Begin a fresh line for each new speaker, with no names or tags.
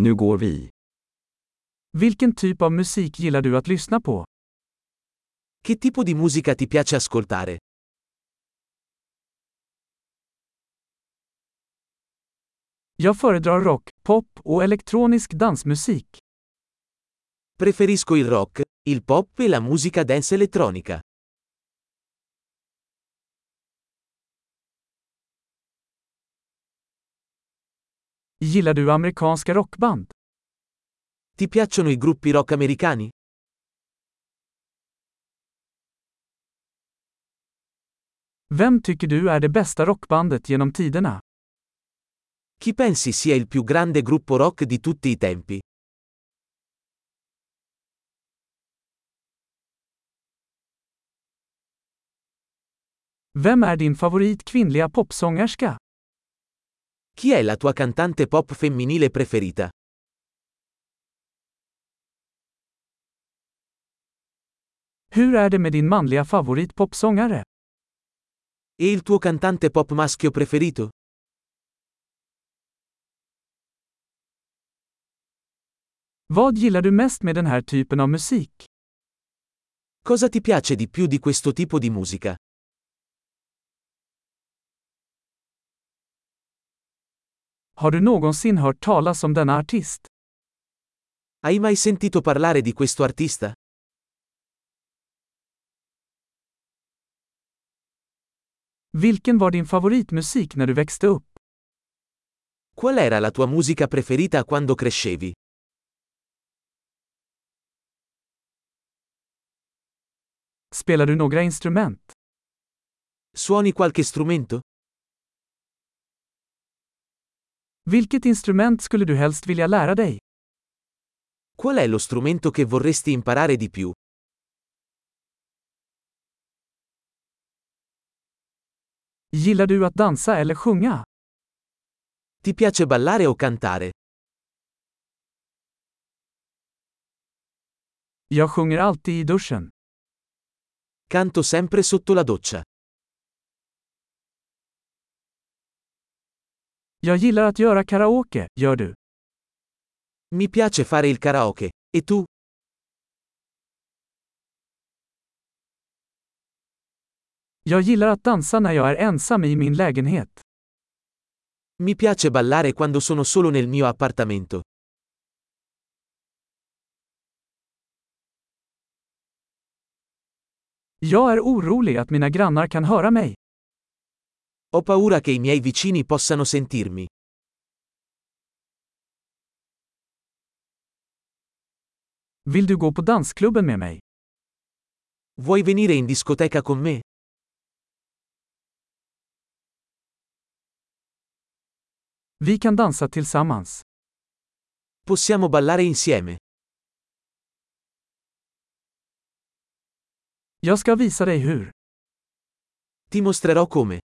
Nu går vi.
Vilken typ av musik gillar du att lyssna på?
Che tipo di musica ti piace ascoltare?
Jag föredrar rock, pop och elektronisk dansmusik.
Preferisco il rock, il pop e la musica dance elettronica.
Gillar du amerikanska rockband?
Ti piacciono i gruppi rock americani?
Vem tycker du är det bästa rockbandet genom tiderna?
Chi pensi sia il più grande gruppo rock di tutti i tempi?
Vem är din favorit kvinnliga popsångerska?
Chi è la tua cantante pop femminile preferita?
Hur är det med din manliga favorit popsångare?
E il tuo cantante pop maschio preferito?
Vad gillar du mest med den här typen av musik?
Cosa ti piace di più di questo tipo di musica?
Har du någonsin hört talas om denna artist?
Hai mai sentito parlare di questo artista?
Vilken var din favoritmusik när du växte upp?
Qual era la tua musica preferita quando crescevi?
Spelar du några instrument?
Suoni qualche strumento?
Vilket instrument skulle du helst vilja lära dig?
Qual è lo strumento che vorresti imparare di più?
Gillar du att dansa eller sjunga?
Ti piace ballare o cantare?
Jag sjunger alltid i duschen.
Canto sempre sotto la doccia.
Jag gillar att göra karaoke, gör du?
Mi piace fare il karaoke. E tu?
Jag gillar att dansa när jag är ensam i min lägenhet.
Mi piace ballare quando sono solo nel mio appartamento.
Jag är orolig att mina grannar kan höra mig.
Ho paura che i miei vicini possano sentirmi.
Vill du gå på dansklubben med mig?
Vuoi venire in discoteca con me?
Vi kan dansa tillsammans.
Possiamo ballare insieme.
Jag ska visa dig hur.
Ti mostrerò come.